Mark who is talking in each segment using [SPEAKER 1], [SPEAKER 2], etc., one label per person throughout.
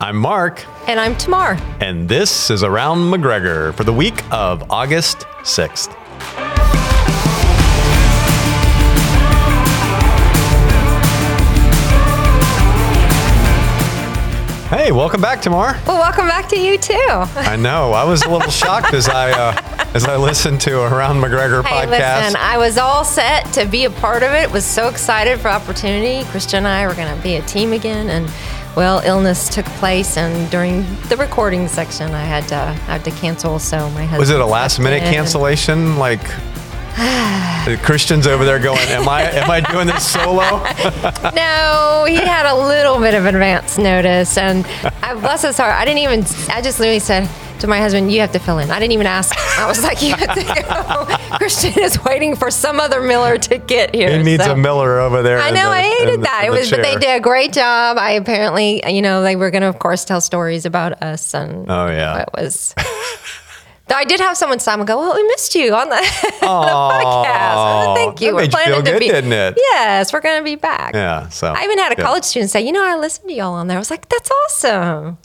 [SPEAKER 1] I'm Mark,
[SPEAKER 2] And I'm Tamar.
[SPEAKER 1] and this is Around McGregor for the week of August 6th. Hey, welcome back, Tamar.
[SPEAKER 2] Well, welcome back to you too. Hey,
[SPEAKER 1] I know. I was a little shocked as I uh, as I listened to Around McGregor podcast.
[SPEAKER 2] listen, I was all set to be a part of it. Was so excited for opportunity. Christian and I were going to be a team again, and well, illness took place, and during the recording section, I had to I had to cancel. So my husband
[SPEAKER 1] Was it a last minute
[SPEAKER 2] stepped in.
[SPEAKER 1] cancellation? Like the Christian's over there going, "Am I am I doing this solo?"
[SPEAKER 2] No, he had a little bit of advance notice, and I, bless his heart, I didn't even. I just literally said to my husband, "You have to fill in." I didn't even ask. I was like, "You have to go." Christian is waiting for some other Miller to get here.
[SPEAKER 1] It needs
[SPEAKER 2] so-
[SPEAKER 1] a Miller over there.
[SPEAKER 2] I
[SPEAKER 1] in
[SPEAKER 2] know,
[SPEAKER 1] the-
[SPEAKER 2] I
[SPEAKER 1] in
[SPEAKER 2] hated
[SPEAKER 1] the-
[SPEAKER 2] that.
[SPEAKER 1] in
[SPEAKER 2] It
[SPEAKER 1] the
[SPEAKER 2] was, but they
[SPEAKER 1] chair.
[SPEAKER 2] did a great job. I apparently, you know, they were going to, of course, tell stories about us, and
[SPEAKER 1] Oh, yeah.
[SPEAKER 2] it was. Though I did have someone stop and go, "Well, we missed you on the, the podcast."
[SPEAKER 1] Aw,
[SPEAKER 2] Well, Thank you.
[SPEAKER 1] that
[SPEAKER 2] We're
[SPEAKER 1] made you
[SPEAKER 2] planning
[SPEAKER 1] feel
[SPEAKER 2] to
[SPEAKER 1] good,
[SPEAKER 2] be,
[SPEAKER 1] didn't it?
[SPEAKER 2] Yes, we're going to be back.
[SPEAKER 1] Yeah. So
[SPEAKER 2] I even had a
[SPEAKER 1] good.
[SPEAKER 2] college student say, "You know, I listened to y'all on there." I was like, "That's awesome!"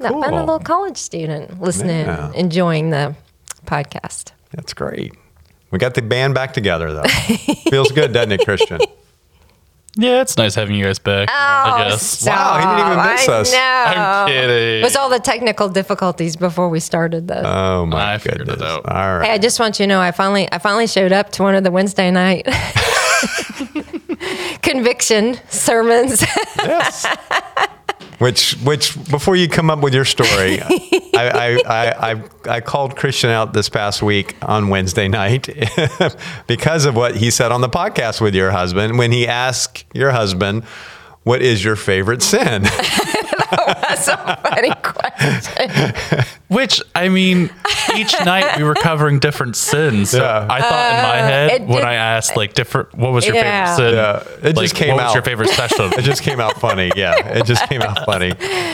[SPEAKER 2] That fun
[SPEAKER 1] Cool.
[SPEAKER 2] little college student listening,
[SPEAKER 1] Yeah.
[SPEAKER 2] enjoying the podcast.
[SPEAKER 1] That's great. We got the band back together though. Feels good, doesn't it, Christian?
[SPEAKER 3] Yeah, it's nice having you guys back.
[SPEAKER 2] Oh.
[SPEAKER 3] I guess.
[SPEAKER 1] Wow, he didn't even
[SPEAKER 2] stop.
[SPEAKER 1] miss
[SPEAKER 2] I
[SPEAKER 1] us.
[SPEAKER 2] know.
[SPEAKER 3] I'm kidding.
[SPEAKER 2] It was all the technical difficulties before we started though.
[SPEAKER 1] Oh my
[SPEAKER 3] I figured it
[SPEAKER 1] goodness! All
[SPEAKER 3] out.
[SPEAKER 2] hey,
[SPEAKER 1] right.
[SPEAKER 2] I just want you to know I finally I finally showed up to one of the Wednesday night conviction sermons.
[SPEAKER 1] Yes. Which, which, before you come up with your story, I, I, I, I, I called Christian out this past week on Wednesday night because of what he said on the podcast with your husband when he asked your husband, "What is your favorite sin?"
[SPEAKER 2] That's a funny question.
[SPEAKER 3] Which I mean, each night we were covering different sins. So
[SPEAKER 1] Yeah.
[SPEAKER 3] I thought in my
[SPEAKER 2] Uh, it
[SPEAKER 3] head when
[SPEAKER 2] did-
[SPEAKER 3] I asked like different, what was your
[SPEAKER 2] Yeah.
[SPEAKER 3] favorite sin?
[SPEAKER 1] Yeah, it just
[SPEAKER 3] like,
[SPEAKER 1] came
[SPEAKER 3] what
[SPEAKER 1] out.
[SPEAKER 3] was your favorite session?
[SPEAKER 1] It just came out funny. Yeah, it just came out funny.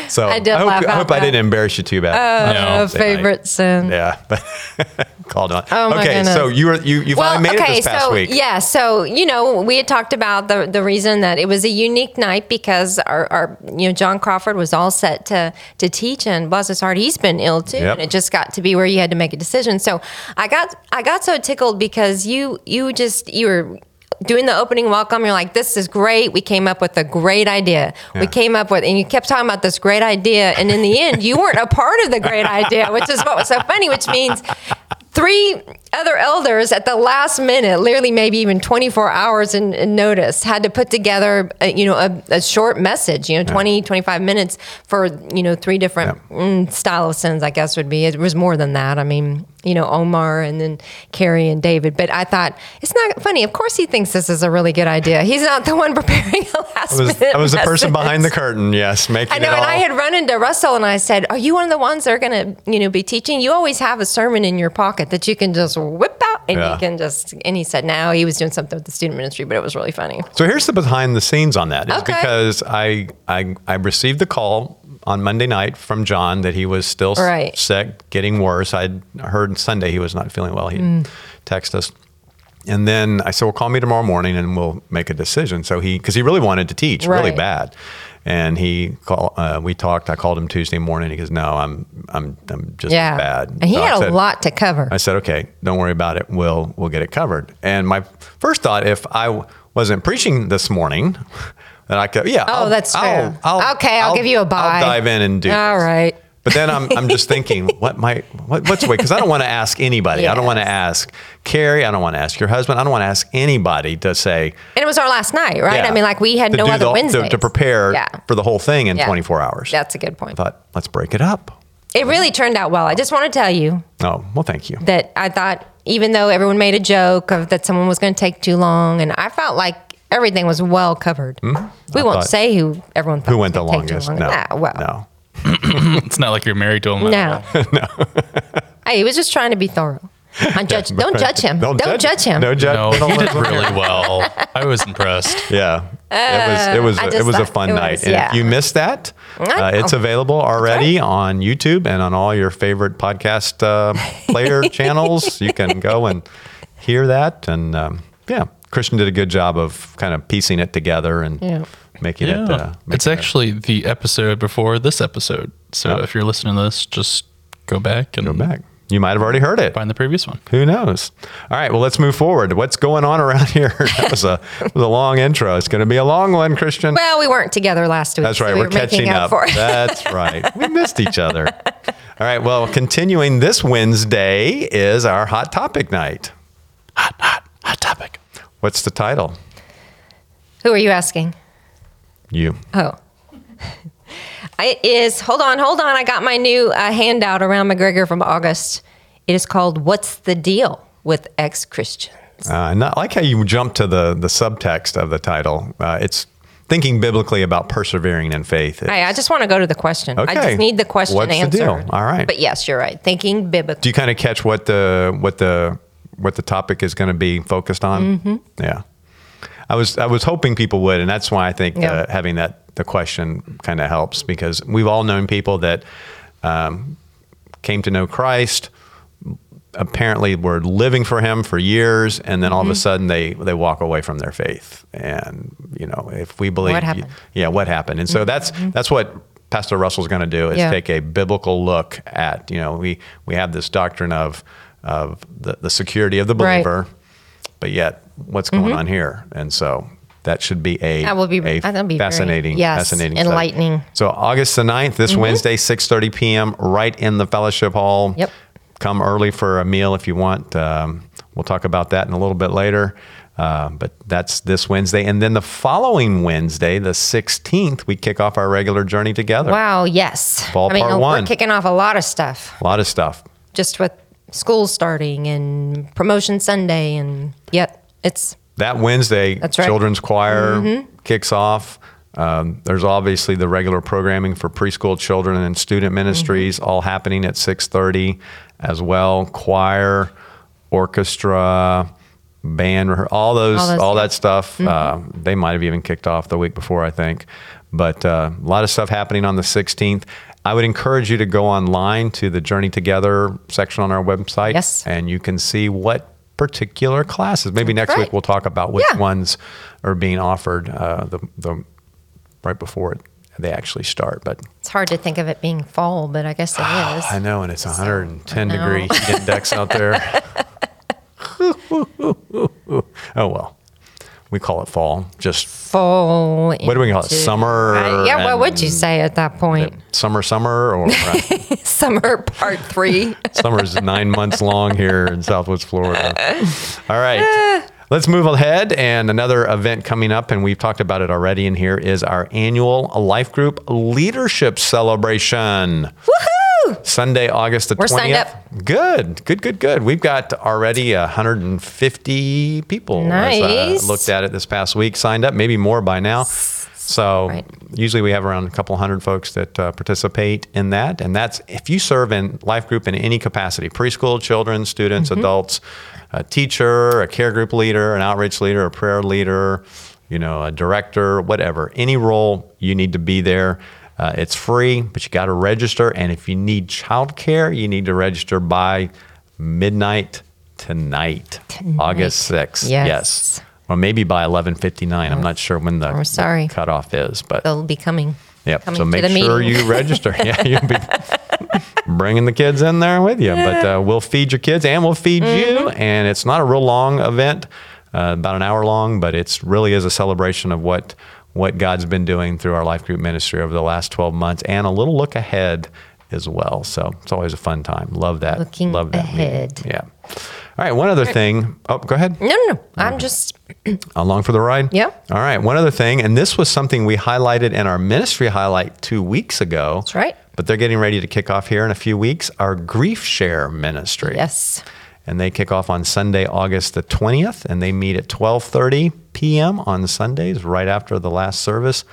[SPEAKER 1] So I,
[SPEAKER 2] did
[SPEAKER 1] hope,
[SPEAKER 2] laugh
[SPEAKER 1] I,
[SPEAKER 2] out
[SPEAKER 1] hope I
[SPEAKER 2] loud.
[SPEAKER 1] didn't embarrass you too bad.
[SPEAKER 3] No.
[SPEAKER 2] Uh,
[SPEAKER 3] Wednesday
[SPEAKER 1] night.
[SPEAKER 2] favorite sin.
[SPEAKER 1] yeah, but called on.
[SPEAKER 2] Oh, my
[SPEAKER 1] okay,
[SPEAKER 2] goodness.
[SPEAKER 1] so you were you you finally made it this past
[SPEAKER 2] so,
[SPEAKER 1] week.
[SPEAKER 2] Yeah, so you know, we had talked about the the reason that it was a unique night because our, our you know John Crawford was all set to to teach, and bless his heart, he's been ill too,
[SPEAKER 1] Yep.
[SPEAKER 2] and it just got to be where you had to make a decision. So I got I got so tickled because you you just you were. Doing the opening welcome, you're like, "This is great. We came up with a great idea.
[SPEAKER 1] Yeah.
[SPEAKER 2] We came up with," and you kept talking about this great idea. And in the end, you weren't a part of the great idea, which is what was so funny. Which means three other elders at the last minute, literally maybe even 24 hours in, in notice, had to put together, a, you know, a, a short message, you know, 20, 25 minutes for, you know, three different mm, style of sins, I guess would be. It was more than that. I mean, you know, Omar and then Carrie and David. But I thought, it's not funny. Of course he thinks this is a really good idea. He's not the one preparing a last
[SPEAKER 1] I was,
[SPEAKER 2] minute
[SPEAKER 1] I was the person
[SPEAKER 2] message.
[SPEAKER 1] behind the curtain. Yes, making
[SPEAKER 2] I know,
[SPEAKER 1] it all.
[SPEAKER 2] and I had run into Russell, and I said, "Are you one of the ones that are going to, you know, be teaching? You always have a sermon in your pocket that you can just whip out, and
[SPEAKER 1] Yeah.
[SPEAKER 2] you can just." And he said, "No, he was doing something with the student ministry, but it was really funny."
[SPEAKER 1] so here's the behind the scenes on that. It's
[SPEAKER 2] Okay.
[SPEAKER 1] because I, I I received the call on Monday night from John that he was still s-
[SPEAKER 2] Right.
[SPEAKER 1] sick, getting worse. I'd heard Sunday he was not feeling well. He
[SPEAKER 2] Mm.
[SPEAKER 1] would texted us. And then I said, well, call me tomorrow morning and we'll make a decision. So he, because he really wanted to teach really
[SPEAKER 2] Right.
[SPEAKER 1] bad. And he call, uh, we talked. I called him Tuesday morning. He goes, "No, I'm, I'm, I'm just
[SPEAKER 2] Yeah,
[SPEAKER 1] bad."
[SPEAKER 2] and he
[SPEAKER 1] So I
[SPEAKER 2] had a
[SPEAKER 1] said-
[SPEAKER 2] lot to cover.
[SPEAKER 1] I said, okay, don't worry about it. We'll we'll get it covered. And my first thought, if I w- wasn't preaching this morning, then I could, yeah.
[SPEAKER 2] oh, that's true. okay, I'll, give you a buy.
[SPEAKER 1] I'll dive in and do.
[SPEAKER 2] All
[SPEAKER 1] this.
[SPEAKER 2] right.
[SPEAKER 1] But then I'm, I'm just thinking, what might, what, what's the way? Because I don't want to ask anybody. I don't want to
[SPEAKER 2] Yes.
[SPEAKER 1] ask Carrie. I don't want to ask your husband. I don't want to ask anybody to say.
[SPEAKER 2] And it was our last night, right? I
[SPEAKER 1] yeah,
[SPEAKER 2] mean, like we had
[SPEAKER 1] to
[SPEAKER 2] no
[SPEAKER 1] do
[SPEAKER 2] other
[SPEAKER 1] the-
[SPEAKER 2] Wednesday
[SPEAKER 1] to, to prepare
[SPEAKER 2] Yeah,
[SPEAKER 1] for the whole thing in
[SPEAKER 2] Yeah.
[SPEAKER 1] 24 hours.
[SPEAKER 2] that's a good point.
[SPEAKER 1] I thought, let's break it up.
[SPEAKER 2] It really turned out well. I just want to tell you
[SPEAKER 1] Oh, well, thank you.
[SPEAKER 2] that I thought, even though everyone made a joke of that someone was going to take too long, and I felt like everything was well covered. We
[SPEAKER 1] Mm-hmm. I
[SPEAKER 2] won't
[SPEAKER 1] thought-
[SPEAKER 2] say who everyone thought
[SPEAKER 1] Who
[SPEAKER 2] was
[SPEAKER 1] went the
[SPEAKER 2] gonna take too
[SPEAKER 1] longest?
[SPEAKER 2] long.
[SPEAKER 1] No,
[SPEAKER 2] Nah, well,
[SPEAKER 1] no.
[SPEAKER 3] It's not like you're married to him. at all.
[SPEAKER 2] no, hey, he was just trying to be thorough. I judge. don't judge him. Don't, judge, him.
[SPEAKER 1] No judge.
[SPEAKER 3] No,
[SPEAKER 1] don't
[SPEAKER 3] he did
[SPEAKER 1] listen.
[SPEAKER 3] really well. I was impressed.
[SPEAKER 1] Yeah. it was it was
[SPEAKER 2] Uh, I
[SPEAKER 1] a, it
[SPEAKER 2] just
[SPEAKER 1] was a
[SPEAKER 2] thought
[SPEAKER 1] fun
[SPEAKER 2] it
[SPEAKER 1] night.
[SPEAKER 2] was,
[SPEAKER 1] and if
[SPEAKER 2] yeah.
[SPEAKER 1] you missed that,
[SPEAKER 2] I
[SPEAKER 1] uh, it's
[SPEAKER 2] know.
[SPEAKER 1] available already on YouTube and on all your favorite podcast uh, player channels. You can go and hear that. And um, yeah, Christian did a good job of kind of piecing it together and
[SPEAKER 2] Yeah.
[SPEAKER 1] making
[SPEAKER 3] Yeah.
[SPEAKER 1] it. Uh,
[SPEAKER 3] it's
[SPEAKER 1] making it-
[SPEAKER 3] actually the episode before this episode. So
[SPEAKER 1] Oh.
[SPEAKER 3] if you're listening to this, just go back and
[SPEAKER 1] go back. You might have already heard it.
[SPEAKER 3] find the previous one.
[SPEAKER 1] Who knows? All right, well, let's move forward. What's going on around here? That was a, that was a long intro. It's going to be a long one, Christian.
[SPEAKER 2] Well, we weren't together last week.
[SPEAKER 1] That's right.
[SPEAKER 2] so we
[SPEAKER 1] we're catching
[SPEAKER 2] making
[SPEAKER 1] up.
[SPEAKER 2] For it.
[SPEAKER 1] That's right. We missed each other. All right. Well, continuing this Wednesday is our hot topic night.
[SPEAKER 3] Hot, hot, hot topic.
[SPEAKER 1] What's the title?
[SPEAKER 2] Who are you asking?
[SPEAKER 1] You.
[SPEAKER 2] Oh. It is, hold on, hold on. I got my new uh, handout around McGregor from August. It is called What's the Deal with Ex Christian?
[SPEAKER 1] Uh, not like how you jump to the the subtext of the title. Uh, it's thinking biblically about persevering in faith.
[SPEAKER 2] Hey, I just want to go to the question. I
[SPEAKER 1] Okay.
[SPEAKER 2] just need the question
[SPEAKER 1] What's the
[SPEAKER 2] answered.
[SPEAKER 1] deal? All right.
[SPEAKER 2] But yes, you're right. Thinking biblical.
[SPEAKER 1] Do you kind of catch what the what the what the topic is going to be focused on?
[SPEAKER 2] Mm-hmm.
[SPEAKER 1] Yeah. I was I was hoping people would, and that's why I think
[SPEAKER 2] Yeah.
[SPEAKER 1] uh, having that the question kind of helps because we've all known people that um, came to know Christ. Apparently, were living for Him for years, and then all
[SPEAKER 2] Mm-hmm.
[SPEAKER 1] of a sudden they they walk away from their faith. And you know, if we believe,
[SPEAKER 2] What happened?
[SPEAKER 1] yeah, what happened? And so that's that's what Pastor Russell's going to do is
[SPEAKER 2] Mm-hmm. Yeah.
[SPEAKER 1] take a biblical look at you know we we have this doctrine of of the, the security of the
[SPEAKER 2] Right. Mm-hmm.
[SPEAKER 1] believer, but yet what's going on here? And so that should be a
[SPEAKER 2] That will be-
[SPEAKER 1] a
[SPEAKER 2] that'll be very-
[SPEAKER 1] fascinating
[SPEAKER 2] yes,
[SPEAKER 1] fascinating study.
[SPEAKER 2] enlightening. Mm-hmm.
[SPEAKER 1] So August the 9th, this Wednesday, 6:30 p.m. right in the fellowship hall.
[SPEAKER 2] Yep.
[SPEAKER 1] Come early for a meal if you want. Um, we'll talk about that in a little bit later. Uh, but that's this Wednesday. And then the following Wednesday, the 16th, we kick off our regular journey together.
[SPEAKER 2] Wow, yes.
[SPEAKER 1] Fall
[SPEAKER 2] I mean,
[SPEAKER 1] part
[SPEAKER 2] we're
[SPEAKER 1] one.
[SPEAKER 2] kicking off a lot of stuff
[SPEAKER 1] A lot of stuff.
[SPEAKER 2] just with school starting and promotion Sunday. And yet, it's
[SPEAKER 1] That Wednesday,
[SPEAKER 2] That's right. Mm-hmm.
[SPEAKER 1] children's choir kicks off. Um, there's obviously the regular programming for preschool children and student ministries,
[SPEAKER 2] Mm-hmm.
[SPEAKER 1] all happening at 6:30 as well. Choir, orchestra, band, rehe- all those, all,
[SPEAKER 2] All Mm-hmm. those, yeah.
[SPEAKER 1] that stuff. Uh, they might have even kicked off the week before, I think. But uh, a lot of stuff happening on the 16th. I would encourage you to go online to the Journey Together section on our website,
[SPEAKER 2] Yes.
[SPEAKER 1] and you can see what particular classes. Maybe next week
[SPEAKER 2] right.
[SPEAKER 1] we'll talk about which
[SPEAKER 2] Yeah.
[SPEAKER 1] ones are being offered uh, the, the right before it, they actually start. But
[SPEAKER 2] it's hard to think of it being fall, but I guess it is.
[SPEAKER 1] Ah, I know, and it's 110
[SPEAKER 2] I know.
[SPEAKER 1] degree heat index out there. oh well, we call it fall. Just
[SPEAKER 2] Fall.
[SPEAKER 1] what do we call it? Summer.
[SPEAKER 2] yeah, what would you
[SPEAKER 1] and
[SPEAKER 2] say at that point?
[SPEAKER 1] Summer, summer, or uh,
[SPEAKER 2] Summer part three.
[SPEAKER 1] Summer's nine months long here in Southwest Florida. All right. Let's move ahead. And another event coming up, and we've talked about it already in here, is our annual Life Group Leadership Celebration. Woohoo! Sunday, August the
[SPEAKER 2] We're
[SPEAKER 1] 20th.
[SPEAKER 2] signed up.
[SPEAKER 1] Good, good, good, good. We've got already 150 people. as
[SPEAKER 2] Nice.
[SPEAKER 1] I looked at it this past week, signed up, maybe more by now. So
[SPEAKER 2] Right.
[SPEAKER 1] usually we have around a couple hundred folks that uh, participate in that. And that's if you serve in life group in any capacity preschool, children, students,
[SPEAKER 2] Mm-hmm.
[SPEAKER 1] adults, a teacher, a care group leader, an outreach leader, a prayer leader, you know, a director, whatever, any role you need to be there. Uh, it's free, but you got to register. And if you need childcare, you need to register by midnight tonight, August 6th.
[SPEAKER 2] Yes.
[SPEAKER 1] Or maybe by 11:59. I'm not sure when the
[SPEAKER 2] I'm sorry.
[SPEAKER 1] cutoff is, but
[SPEAKER 2] They'll be coming.
[SPEAKER 1] Yep.
[SPEAKER 2] coming
[SPEAKER 1] So
[SPEAKER 2] to
[SPEAKER 1] make
[SPEAKER 2] the
[SPEAKER 1] sure
[SPEAKER 2] meeting.
[SPEAKER 1] you register. yeah, you'll be bringing the kids in there with you. But uh, we'll feed your kids and we'll feed you.
[SPEAKER 2] Mm-hmm.
[SPEAKER 1] And it's not a real long event, uh, about an hour long, but it's really is a celebration of what what God's been doing through our life group ministry over the last 12 months and a little look ahead as well. So it's always a fun time. Love that.
[SPEAKER 2] Looking
[SPEAKER 1] Love that. meeting.
[SPEAKER 2] ahead.
[SPEAKER 1] Yeah. All right. One other thing. Oh, go ahead.
[SPEAKER 2] No, no, no. I'm just
[SPEAKER 1] Along for the ride?
[SPEAKER 2] Yeah.
[SPEAKER 1] All right. One other thing, and this was something we highlighted in our ministry highlight two weeks ago. That's
[SPEAKER 2] right.
[SPEAKER 1] But they're getting ready to kick off here in a few weeks our grief share ministry.
[SPEAKER 2] yes.
[SPEAKER 1] And they kick off on Sunday, August the 20th, and they meet at 12:30 p.m. on Sundays, right after the last service,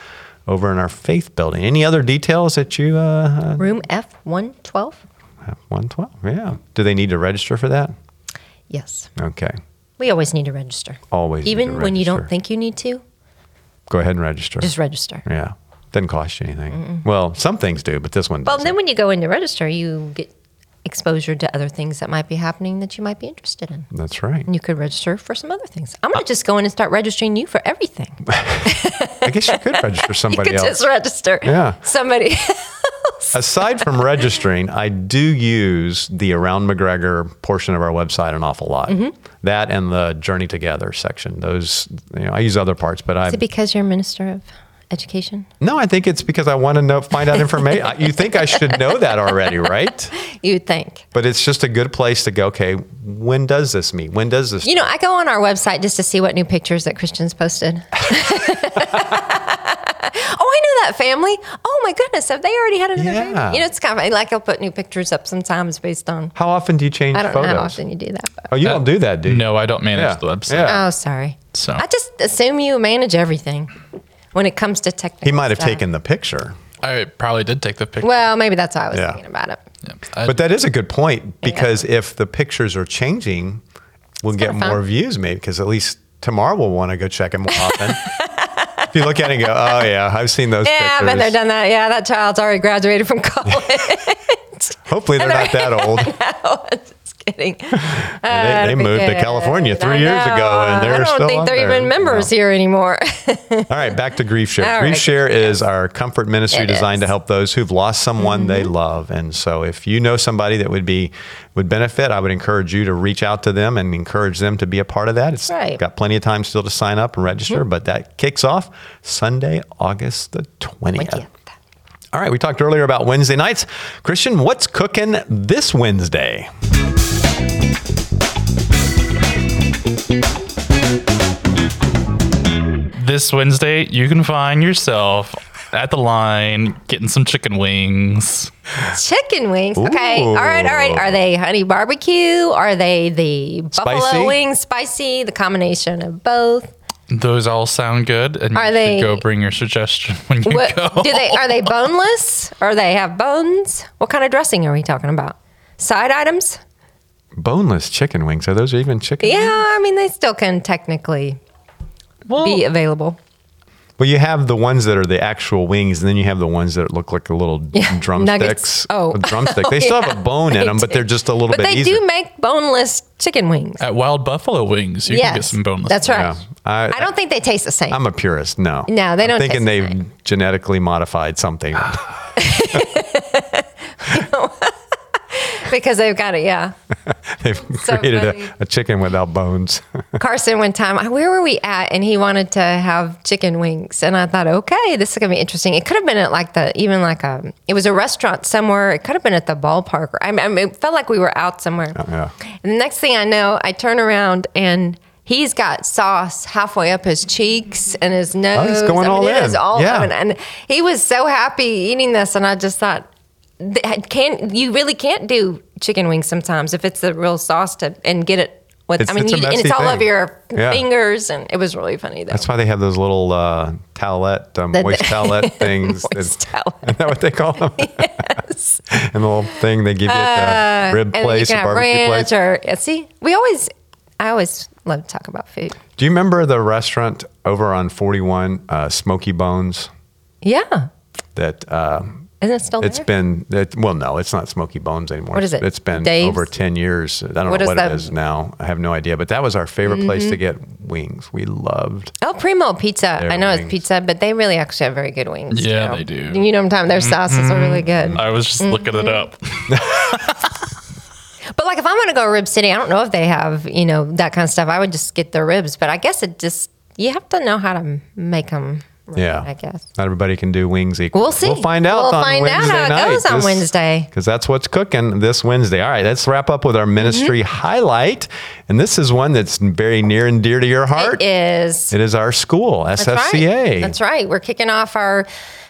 [SPEAKER 1] over in our faith building. Any other details that you uh,
[SPEAKER 2] Room F one twelve.
[SPEAKER 1] have? 112? Yeah. Do they need to register for that?
[SPEAKER 2] Yes.
[SPEAKER 1] Okay.
[SPEAKER 2] We always need to register.
[SPEAKER 1] Always need to
[SPEAKER 2] Even when you don't
[SPEAKER 1] register.
[SPEAKER 2] think you need to,
[SPEAKER 1] Go ahead and register.
[SPEAKER 2] just register.
[SPEAKER 1] yeah. Doesn't cost you anything. Well, some things do, but this one
[SPEAKER 2] Well,
[SPEAKER 1] doesn't.
[SPEAKER 2] then when you go in to register, you get exposure to other things that might be happening that you might be interested in.
[SPEAKER 1] That's right.
[SPEAKER 2] And you could register for some other things. I'm going
[SPEAKER 1] Uh,
[SPEAKER 2] to just go in and start registering you for everything.
[SPEAKER 1] I guess you could register
[SPEAKER 2] You
[SPEAKER 1] somebody
[SPEAKER 2] could
[SPEAKER 1] else.
[SPEAKER 2] just register
[SPEAKER 1] Yeah.
[SPEAKER 2] somebody.
[SPEAKER 1] Aside from registering, I do use the Around McGregor portion of our website an awful lot.
[SPEAKER 2] Mm-hmm.
[SPEAKER 1] That and the Journey Together section. Those, you know, I use other parts, but I
[SPEAKER 2] Is it because you're Minister of Education?
[SPEAKER 1] no, I think it's because I want to know, find out information. you think I should know that already, right?
[SPEAKER 2] You would think.
[SPEAKER 1] But it's just a good place to go. Okay, when does this meet? When does this?
[SPEAKER 2] You know, I go on our website just to see what new pictures that Christian's posted. oh, I know that family. Oh my goodness, have they already had another
[SPEAKER 1] Yeah.
[SPEAKER 2] baby? You know, it's kind of like I'll put new pictures up sometimes based on.
[SPEAKER 1] how often do you change
[SPEAKER 2] I don't
[SPEAKER 1] photos?
[SPEAKER 2] know how often you do that. But.
[SPEAKER 1] Oh, you don't do that, do you?
[SPEAKER 3] No, I don't manage
[SPEAKER 1] Yeah.
[SPEAKER 3] the website.
[SPEAKER 1] Yeah.
[SPEAKER 2] Oh, sorry.
[SPEAKER 3] So-
[SPEAKER 2] I just assume you manage everything when it comes to technical.
[SPEAKER 1] He might have
[SPEAKER 2] stuff.
[SPEAKER 1] taken the picture.
[SPEAKER 3] I probably did take the picture.
[SPEAKER 2] Well, maybe that's why I was
[SPEAKER 1] Yeah.
[SPEAKER 2] thinking about it.
[SPEAKER 3] Yeah. I-
[SPEAKER 1] But that is a good point because if the pictures are changing, we'll get
[SPEAKER 2] kinda fun.
[SPEAKER 1] more views maybe because at least tomorrow we'll want to go check it more often. if you look at it and go, oh yeah, I've seen those
[SPEAKER 2] Yeah, I
[SPEAKER 1] pictures.
[SPEAKER 2] bet they're done that. Yeah, that child's already graduated from college.
[SPEAKER 1] Hopefully they're not that old.
[SPEAKER 2] Just kidding.
[SPEAKER 1] they
[SPEAKER 2] that'd be
[SPEAKER 1] moved to
[SPEAKER 2] good.
[SPEAKER 1] California three
[SPEAKER 2] I
[SPEAKER 1] years
[SPEAKER 2] know.
[SPEAKER 1] ago, and they're
[SPEAKER 2] I don't
[SPEAKER 1] still
[SPEAKER 2] think
[SPEAKER 1] on
[SPEAKER 2] they're
[SPEAKER 1] there.
[SPEAKER 2] even members here anymore.
[SPEAKER 1] All right, back to Grief Share.
[SPEAKER 2] All
[SPEAKER 1] Grief
[SPEAKER 2] right,
[SPEAKER 1] Share is our comfort ministry
[SPEAKER 2] It
[SPEAKER 1] designed to
[SPEAKER 2] is. Mm-hmm.
[SPEAKER 1] help those who've lost someone they love. And so if you know somebody that would be would benefit, I would encourage you to reach out to them and encourage them to be a part of that. It's
[SPEAKER 2] Right. Mm-hmm.
[SPEAKER 1] got plenty of time still to sign up and register, but that kicks off Sunday, August the 20th. All right, we talked earlier about Wednesday nights. Christian, what's cooking this Wednesday?
[SPEAKER 3] this Wednesday, you can find yourself at the line getting some chicken wings.
[SPEAKER 2] Chicken wings. Okay.
[SPEAKER 1] Ooh.
[SPEAKER 2] All right. All right. Are they honey barbecue? Are they the buffalo
[SPEAKER 1] Spicy?
[SPEAKER 2] wings? Spicy? The combination of both.
[SPEAKER 3] Those all sound good, and
[SPEAKER 2] Are
[SPEAKER 3] you
[SPEAKER 2] they-
[SPEAKER 3] should go bring your suggestion when you
[SPEAKER 2] What
[SPEAKER 3] go.
[SPEAKER 2] do they? Are they boneless? Or they have bones? What kind of dressing are we talking about? Side items?
[SPEAKER 1] Boneless chicken wings. Are those even chicken?
[SPEAKER 2] Yeah. I mean, they still can technically be available.
[SPEAKER 1] Well, you have the ones that are the actual wings, and then you have the ones that look like little
[SPEAKER 2] Yeah,
[SPEAKER 1] drumsticks.
[SPEAKER 2] nuggets. Oh.
[SPEAKER 1] a drumstick. They still have a bone in
[SPEAKER 2] They
[SPEAKER 1] them, but
[SPEAKER 2] do.
[SPEAKER 1] they're just a little
[SPEAKER 2] But
[SPEAKER 1] bit
[SPEAKER 2] they
[SPEAKER 1] easier.
[SPEAKER 2] do make boneless chicken wings.
[SPEAKER 3] At Wild Buffalo Wings, Uh, you
[SPEAKER 2] yes.
[SPEAKER 3] can get some boneless.
[SPEAKER 2] That's
[SPEAKER 1] Yeah.
[SPEAKER 2] right.
[SPEAKER 1] I,
[SPEAKER 2] I don't think they taste the same.
[SPEAKER 1] I'm a purist. No.
[SPEAKER 2] No, they
[SPEAKER 1] I'm
[SPEAKER 2] don't
[SPEAKER 1] Thinking
[SPEAKER 2] taste Ah,
[SPEAKER 1] they've genetically modified something.
[SPEAKER 2] because they've got it. Yeah.
[SPEAKER 1] they've
[SPEAKER 2] So
[SPEAKER 1] created
[SPEAKER 2] funny.
[SPEAKER 1] a, a chicken without bones.
[SPEAKER 2] Carson one time, "Uh, where were we at? And he wanted to have chicken wings. And I thought, okay, this is going to be interesting. It could have been at like the, even like a, it was a restaurant somewhere. It could have been at the ballpark. Or, I, mean, I mean, it felt like we were out somewhere.
[SPEAKER 1] Oh, yeah.
[SPEAKER 2] And the next thing I know, I turn around and he's got sauce halfway up his cheeks and his nose.
[SPEAKER 1] Oh, going
[SPEAKER 2] I mean,
[SPEAKER 1] all
[SPEAKER 2] it is
[SPEAKER 1] in.
[SPEAKER 2] all
[SPEAKER 1] Yeah.
[SPEAKER 2] in. And he was so happy eating this. And I just thought, th- can you really can't do chicken wings sometimes if it's the real sauce to and get it with
[SPEAKER 1] It's-
[SPEAKER 2] I mean
[SPEAKER 1] it's a
[SPEAKER 2] you, and
[SPEAKER 1] messy
[SPEAKER 2] it's all
[SPEAKER 1] thing.
[SPEAKER 2] over your
[SPEAKER 1] Yeah.
[SPEAKER 2] fingers and it was really funny though.
[SPEAKER 1] That's why they have those little uh, towelette, um,
[SPEAKER 2] The-
[SPEAKER 1] moist towelette things.
[SPEAKER 2] Moist
[SPEAKER 1] that-
[SPEAKER 2] towelette.
[SPEAKER 1] Isn't that what they call them? Yes. and the little thing they give you at the rib
[SPEAKER 2] Uh, and then you
[SPEAKER 1] place,
[SPEAKER 2] can
[SPEAKER 1] the
[SPEAKER 2] have
[SPEAKER 1] barbecue place.
[SPEAKER 2] ranch or yeah, see we always I always love to talk about food.
[SPEAKER 1] Do you remember the restaurant over on 41, uh, Smoky Bones?
[SPEAKER 2] Yeah.
[SPEAKER 1] That uh,
[SPEAKER 2] Isn't it still
[SPEAKER 1] it's
[SPEAKER 2] there?
[SPEAKER 1] been it, well, no, it's not Smoky Bones anymore.
[SPEAKER 2] What is it?
[SPEAKER 1] It's been
[SPEAKER 2] Dave's?
[SPEAKER 1] over ten years. I don't
[SPEAKER 2] What
[SPEAKER 1] know
[SPEAKER 2] is
[SPEAKER 1] what it
[SPEAKER 2] that? Mm-hmm.
[SPEAKER 1] is now. I have no idea. But that was our favorite place to get wings. We loved.
[SPEAKER 2] El Oh, Primo Pizza.
[SPEAKER 1] Their
[SPEAKER 2] I know
[SPEAKER 1] wings.
[SPEAKER 2] it's pizza, but they really actually have very good wings.
[SPEAKER 3] Yeah,
[SPEAKER 2] too.
[SPEAKER 3] they do.
[SPEAKER 2] You know what I'm
[SPEAKER 1] Mm-hmm.
[SPEAKER 2] talking? Their sauces are really good.
[SPEAKER 3] I was just looking
[SPEAKER 2] Mm-hmm.
[SPEAKER 3] it up.
[SPEAKER 2] But like, if I'm gonna go to Rib City, I don't know if they have you know that kind of stuff. I would just get their ribs. But I guess it just you have to know how to make them. Right,
[SPEAKER 1] Yeah,
[SPEAKER 2] I guess.
[SPEAKER 1] not everybody can do wings equal.
[SPEAKER 2] We'll see.
[SPEAKER 1] We'll find out.
[SPEAKER 2] We'll
[SPEAKER 1] on
[SPEAKER 2] find out
[SPEAKER 1] Wednesday
[SPEAKER 2] how it
[SPEAKER 1] night.
[SPEAKER 2] goes on Wednesday. Mm-hmm.
[SPEAKER 1] because that's what's cooking this Wednesday. All right, let's wrap up with our ministry highlight, and this is one that's very near and dear to your heart.
[SPEAKER 2] It is.
[SPEAKER 1] It is our school,
[SPEAKER 2] That's
[SPEAKER 1] SFCA.
[SPEAKER 2] Right. That's right. We're kicking off our,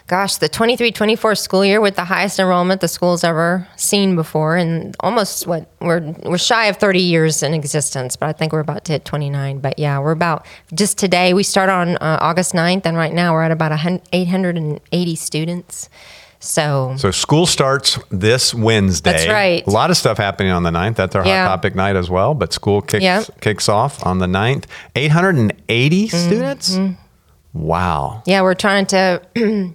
[SPEAKER 2] gosh, the 23 24 school year with the highest enrollment the school's ever seen before. And almost what we're, we're shy of 30 years in existence, but I think we're about to hit 29. But yeah, we're about just today. We start on uh, August 9th, and right now we're at about a hun- 880 students. So,
[SPEAKER 1] So school starts this Wednesday.
[SPEAKER 2] That's right.
[SPEAKER 1] A lot of stuff happening on the 9th. That's our
[SPEAKER 2] Yeah.
[SPEAKER 1] hot topic night as well, but school kicks
[SPEAKER 2] Yeah.
[SPEAKER 1] kicks off on the 9th. 880 students?
[SPEAKER 2] Mm-hmm.
[SPEAKER 1] Wow.
[SPEAKER 2] yeah, we're trying to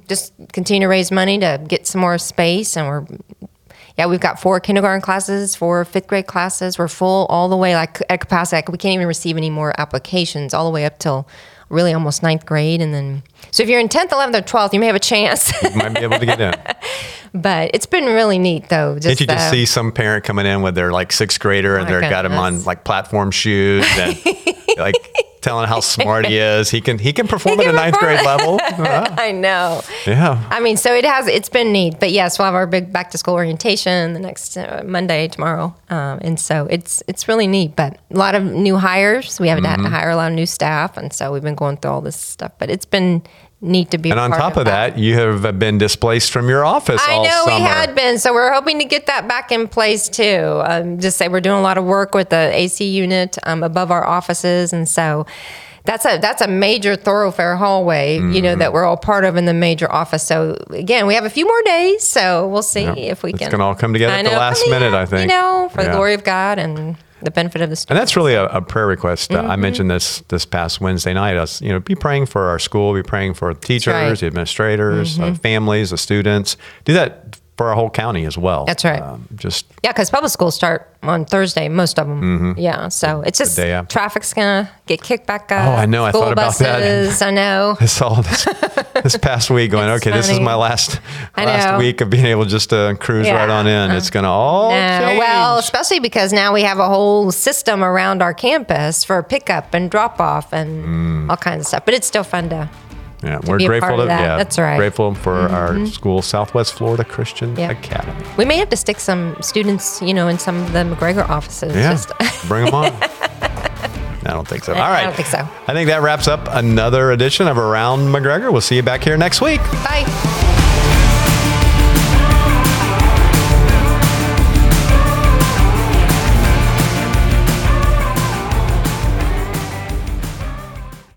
[SPEAKER 2] just continue to raise money to get some more space, and we're yeah, we've got four kindergarten classes, four fifth grade classes. We're full all the way, like at capacity. Like, we can't even receive any more applications all the way up till really almost ninth grade. And then, so if you're in 10th, 11th, or 12th, you may have a chance.
[SPEAKER 1] You might be able to get in.
[SPEAKER 2] but it's been really neat, though.
[SPEAKER 1] Did you just
[SPEAKER 2] the-
[SPEAKER 1] see some parent coming in with their like sixth grader and
[SPEAKER 2] My
[SPEAKER 1] they're got him on
[SPEAKER 2] goodness.
[SPEAKER 1] like platform shoes and like telling how smart he is. He can he can perform
[SPEAKER 2] He
[SPEAKER 1] at a
[SPEAKER 2] can
[SPEAKER 1] ninth
[SPEAKER 2] perform.
[SPEAKER 1] grade level. Wow.
[SPEAKER 2] I know.
[SPEAKER 1] Yeah.
[SPEAKER 2] I mean, so it has. It's been neat, but yes, we'll have our big back to school orientation the next uh, Monday tomorrow, um, and so it's it's really neat. But a lot of new hires. We haven't
[SPEAKER 1] Mm-hmm.
[SPEAKER 2] had to hire a lot of new staff, and so we've been going through all this stuff. But it's been neat to be.
[SPEAKER 1] And
[SPEAKER 2] a
[SPEAKER 1] on
[SPEAKER 2] part
[SPEAKER 1] top of that, you have been displaced from your office
[SPEAKER 2] I
[SPEAKER 1] all
[SPEAKER 2] know
[SPEAKER 1] summer.
[SPEAKER 2] we had been, so we're hoping to get that back in place too. Um, just say we're doing a lot of work with the AC unit um, above our offices, and so that's a that's a major thoroughfare hallway, you
[SPEAKER 1] Mm-hmm.
[SPEAKER 2] know, that we're all part of in the major office. So again, we have a few more days, so we'll see if we
[SPEAKER 1] It's
[SPEAKER 2] can.
[SPEAKER 1] gonna all come together
[SPEAKER 2] I
[SPEAKER 1] at the
[SPEAKER 2] know,
[SPEAKER 1] last
[SPEAKER 2] I mean,
[SPEAKER 1] minute,
[SPEAKER 2] yeah,
[SPEAKER 1] I think.
[SPEAKER 2] you know, for
[SPEAKER 1] Yeah.
[SPEAKER 2] the glory of God and the benefit of the
[SPEAKER 1] And
[SPEAKER 2] story.
[SPEAKER 1] that's really a, a prayer request. Uh,
[SPEAKER 2] Mm-hmm.
[SPEAKER 1] I mentioned this this past Wednesday night. Us, you know, be praying for our school, be praying for teachers,
[SPEAKER 2] right. Mm-hmm.
[SPEAKER 1] the administrators, uh, families, the students. Do that for our whole county as well. Um,
[SPEAKER 2] That's right.
[SPEAKER 1] just
[SPEAKER 2] Yeah, because public schools start on Thursday, most of them. Yeah, so it's just
[SPEAKER 1] Mm-hmm. day after. Oh,
[SPEAKER 2] traffic's gonna get kicked back up.
[SPEAKER 1] I know, I
[SPEAKER 2] School
[SPEAKER 1] thought about that.
[SPEAKER 2] buses, I know.
[SPEAKER 1] I saw this this past week going,
[SPEAKER 2] It's
[SPEAKER 1] okay, this is
[SPEAKER 2] funny.
[SPEAKER 1] my last
[SPEAKER 2] I
[SPEAKER 1] last
[SPEAKER 2] know.
[SPEAKER 1] week of being able just to cruise
[SPEAKER 2] Yeah.
[SPEAKER 1] right on in. It's gonna all
[SPEAKER 2] No,
[SPEAKER 1] change.
[SPEAKER 2] Uh, well, especially because now we have a whole system around our campus for pickup and drop off and all kinds of stuff. But it's still fun to.
[SPEAKER 1] yeah, we're
[SPEAKER 2] be a
[SPEAKER 1] grateful
[SPEAKER 2] part of
[SPEAKER 1] to-
[SPEAKER 2] that.
[SPEAKER 1] yeah,
[SPEAKER 2] That's right. Mm-hmm.
[SPEAKER 1] Grateful for our school, Southwest Florida Christian
[SPEAKER 2] Yeah.
[SPEAKER 1] Academy.
[SPEAKER 2] We may have to stick some students, you know, in some of the McGregor offices.
[SPEAKER 1] Yeah,
[SPEAKER 2] Just,
[SPEAKER 1] bring them on. I don't think so. All right.
[SPEAKER 2] I don't think so.
[SPEAKER 1] I think that wraps up another edition of Around McGregor. We'll see you back here next week.
[SPEAKER 2] bye.